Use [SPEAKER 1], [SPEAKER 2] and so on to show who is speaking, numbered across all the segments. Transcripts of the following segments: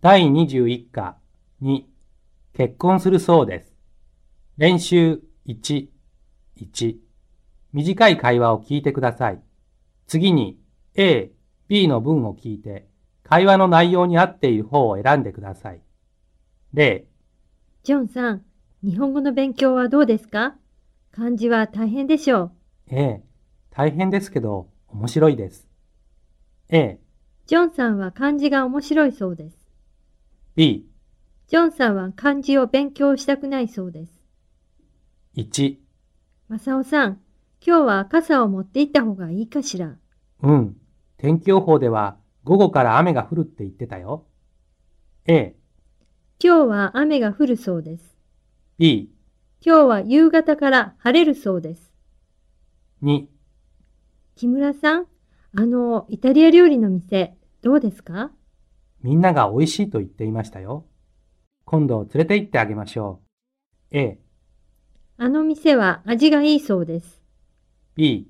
[SPEAKER 1] 第21課2結婚するそうです。練習1、1短い会話を聞いてください。次に A、B の文を聞いて会話の内容に合っている方を選んでください。例
[SPEAKER 2] ジョンさん、日本語の勉強はどうですか漢字は大変でしょ
[SPEAKER 1] う。ええ、大変ですけど面白いです。A、
[SPEAKER 2] ジョンさんは漢字が面白いそうです。
[SPEAKER 1] B、
[SPEAKER 2] ジョンさんは漢字を勉強したくないそうです。
[SPEAKER 1] 1、
[SPEAKER 2] マサオさん、今日は傘を持って行った方がいいかしら。
[SPEAKER 1] うん、天気予報では午後から雨が降るって言ってたよ。A、
[SPEAKER 2] 今日は雨が降るそうです。
[SPEAKER 1] B、
[SPEAKER 2] 今日は夕方から晴れるそうです。
[SPEAKER 1] 2、
[SPEAKER 2] 木村さん、あの、イタリア料理の店、どうですか
[SPEAKER 1] みんなが美味しいと言っていましたよ。今度連れて行ってあげましょう。A、
[SPEAKER 2] あの店は味がいいそうです。
[SPEAKER 1] B、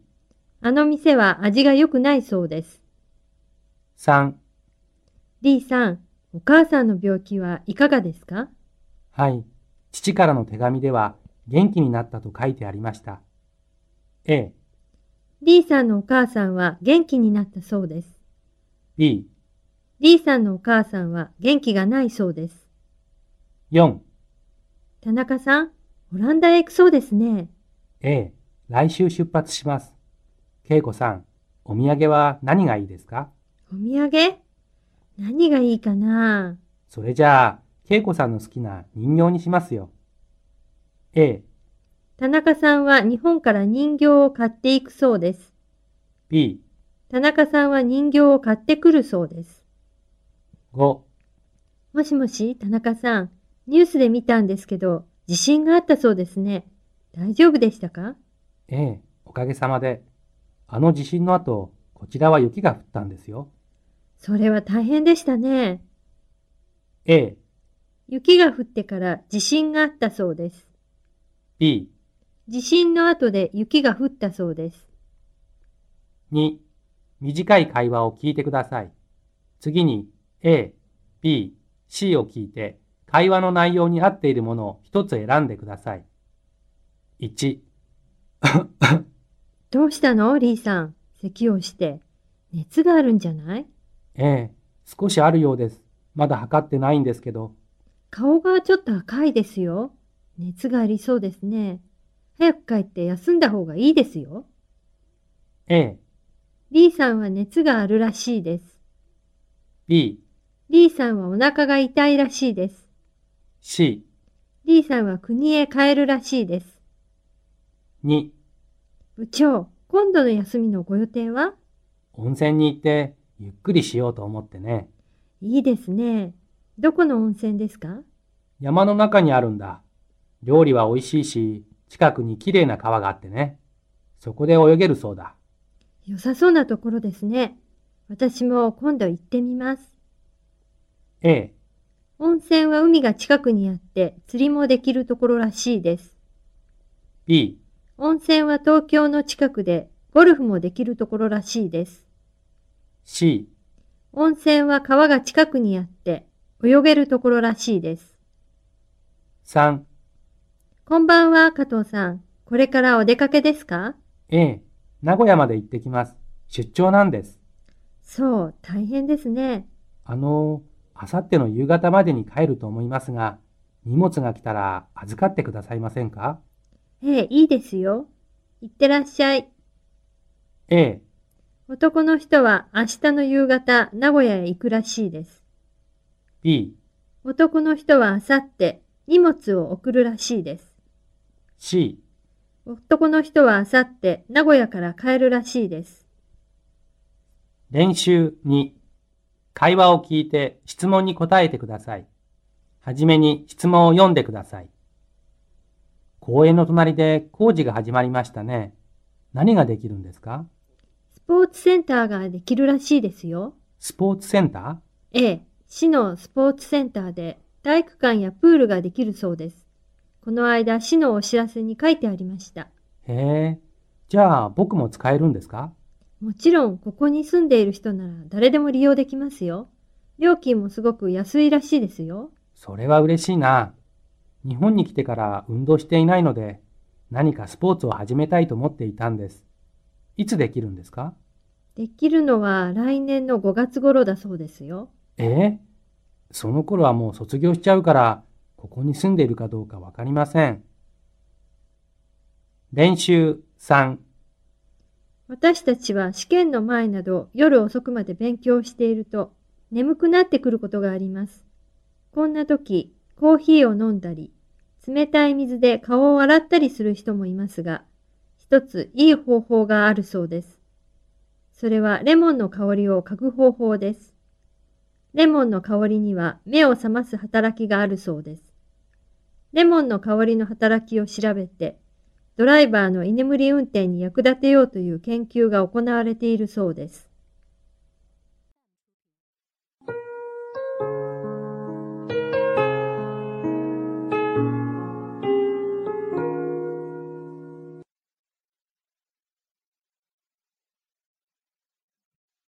[SPEAKER 2] あの店は味が良くないそうです。
[SPEAKER 1] 3、
[SPEAKER 2] D さん、お母さんの病気はいかがですか
[SPEAKER 1] はい、父からの手紙では元気になったと書いてありました。A、
[SPEAKER 2] D さんのお母さんは元気になったそうです。
[SPEAKER 1] B、
[SPEAKER 2] D さんのお母さんは元気がないそうです。
[SPEAKER 1] 4、
[SPEAKER 2] 田中さん、オランダへ行くそうですね。
[SPEAKER 1] ええ、来週出発します。恵子さん、お土産は何がいいですか
[SPEAKER 2] お土産何がいいかな
[SPEAKER 1] それじゃあ、恵子さんの好きな人形にしますよ。A、
[SPEAKER 2] 田中さんは日本から人形を買っていくそうです。
[SPEAKER 1] B、
[SPEAKER 2] 田中さんは人形を買ってくるそうです。
[SPEAKER 1] 5、
[SPEAKER 2] もしもし、田中さん、ニュースで見たんですけど、地震があったそうですね。大丈夫でしたか
[SPEAKER 1] ええ、おかげさまで。あの地震の後、こちらは雪が降ったんですよ。
[SPEAKER 2] それは大変でしたね。
[SPEAKER 1] A、
[SPEAKER 2] 雪が降ってから地震があったそうです。
[SPEAKER 1] B、
[SPEAKER 2] 地震の後で雪が降ったそうです。
[SPEAKER 1] 2、短い会話を聞いてください。次に A、B、C を聞いて、会話の内容に合っているものを一つ選んでください。1、
[SPEAKER 2] どうしたのリーさん。咳をして。熱があるんじゃない
[SPEAKER 1] ええ、少しあるようです。まだ測ってないんですけど。
[SPEAKER 2] 顔がちょっと赤いですよ。熱がありそうですね。早く帰って休んだ方がいいですよ。
[SPEAKER 1] ええ。
[SPEAKER 2] D さんは熱があるらしいです。
[SPEAKER 1] B。
[SPEAKER 2] D さんはお腹が痛いらしいです。
[SPEAKER 1] C。
[SPEAKER 2] D さんは国へ帰るらしいです。
[SPEAKER 1] 2。
[SPEAKER 2] 部長、今度の休みのご予定は
[SPEAKER 1] 温泉に行ってゆっくりしようと思ってね。
[SPEAKER 2] いいですね。どこの温泉ですか
[SPEAKER 1] 山の中にあるんだ。料理は美味しいし、近くにきれいな川があってね。そこで泳げるそうだ。
[SPEAKER 2] 良さそうなところですね。私も今度行ってみます。
[SPEAKER 1] A、
[SPEAKER 2] 温泉は海が近くにあって釣りもできるところらしいです。
[SPEAKER 1] B、
[SPEAKER 2] 温泉は東京の近くでゴルフもできるところらしいです。
[SPEAKER 1] C、
[SPEAKER 2] 温泉は川が近くにあって泳げるところらしいです。
[SPEAKER 1] 3、
[SPEAKER 2] こんばんは、加藤さん。これからお出かけですか
[SPEAKER 1] ええ、名古屋まで行ってきます。出張なんです。
[SPEAKER 2] そう、大変ですね。
[SPEAKER 1] あの、あさっての夕方までに帰ると思いますが、荷物が来たら預かってくださいませんか
[SPEAKER 2] ええ、いいですよ。行ってらっしゃい。
[SPEAKER 1] ええ。
[SPEAKER 2] 男の人は明日の夕方、名古屋へ行くらしいです。
[SPEAKER 1] B、
[SPEAKER 2] 男の人はあさって荷物を送るらしいです。
[SPEAKER 1] C、
[SPEAKER 2] 男の人はあさって名古屋から帰るらしいです。
[SPEAKER 1] 練習2、会話を聞いて質問に答えてください。はじめに質問を読んでください。公園の隣で工事が始まりましたね。何ができるんですか
[SPEAKER 2] スポーツセンターができるらしいですよ。
[SPEAKER 1] スポーツセンター
[SPEAKER 2] ええ、市のスポーツセンターで体育館やプールができるそうです。この間、市のお知らせに書いてありました。
[SPEAKER 1] へえ。じゃあ、僕も使えるんですか
[SPEAKER 2] もちろん、ここに住んでいる人なら誰でも利用できますよ。料金もすごく安いらしいですよ。
[SPEAKER 1] それは嬉しいな。日本に来てから運動していないので、何かスポーツを始めたいと思っていたんです。いつできるんですか
[SPEAKER 2] できるのは来年の5月頃だそうですよ。
[SPEAKER 1] ええその頃はもう卒業しちゃうから、ここに住んでいるかどうかわかりません。練習3、
[SPEAKER 2] 私たちは試験の前など夜遅くまで勉強していると眠くなってくることがあります。こんな時、コーヒーを飲んだり、冷たい水で顔を洗ったりする人もいますが、一ついい方法があるそうです。それはレモンの香りを嗅ぐ方法です。レモンの香りには目を覚ます働きがあるそうです。レモンの香りの働きを調べて、ドライバーの居眠り運転に役立てようという研究が行われているそうです。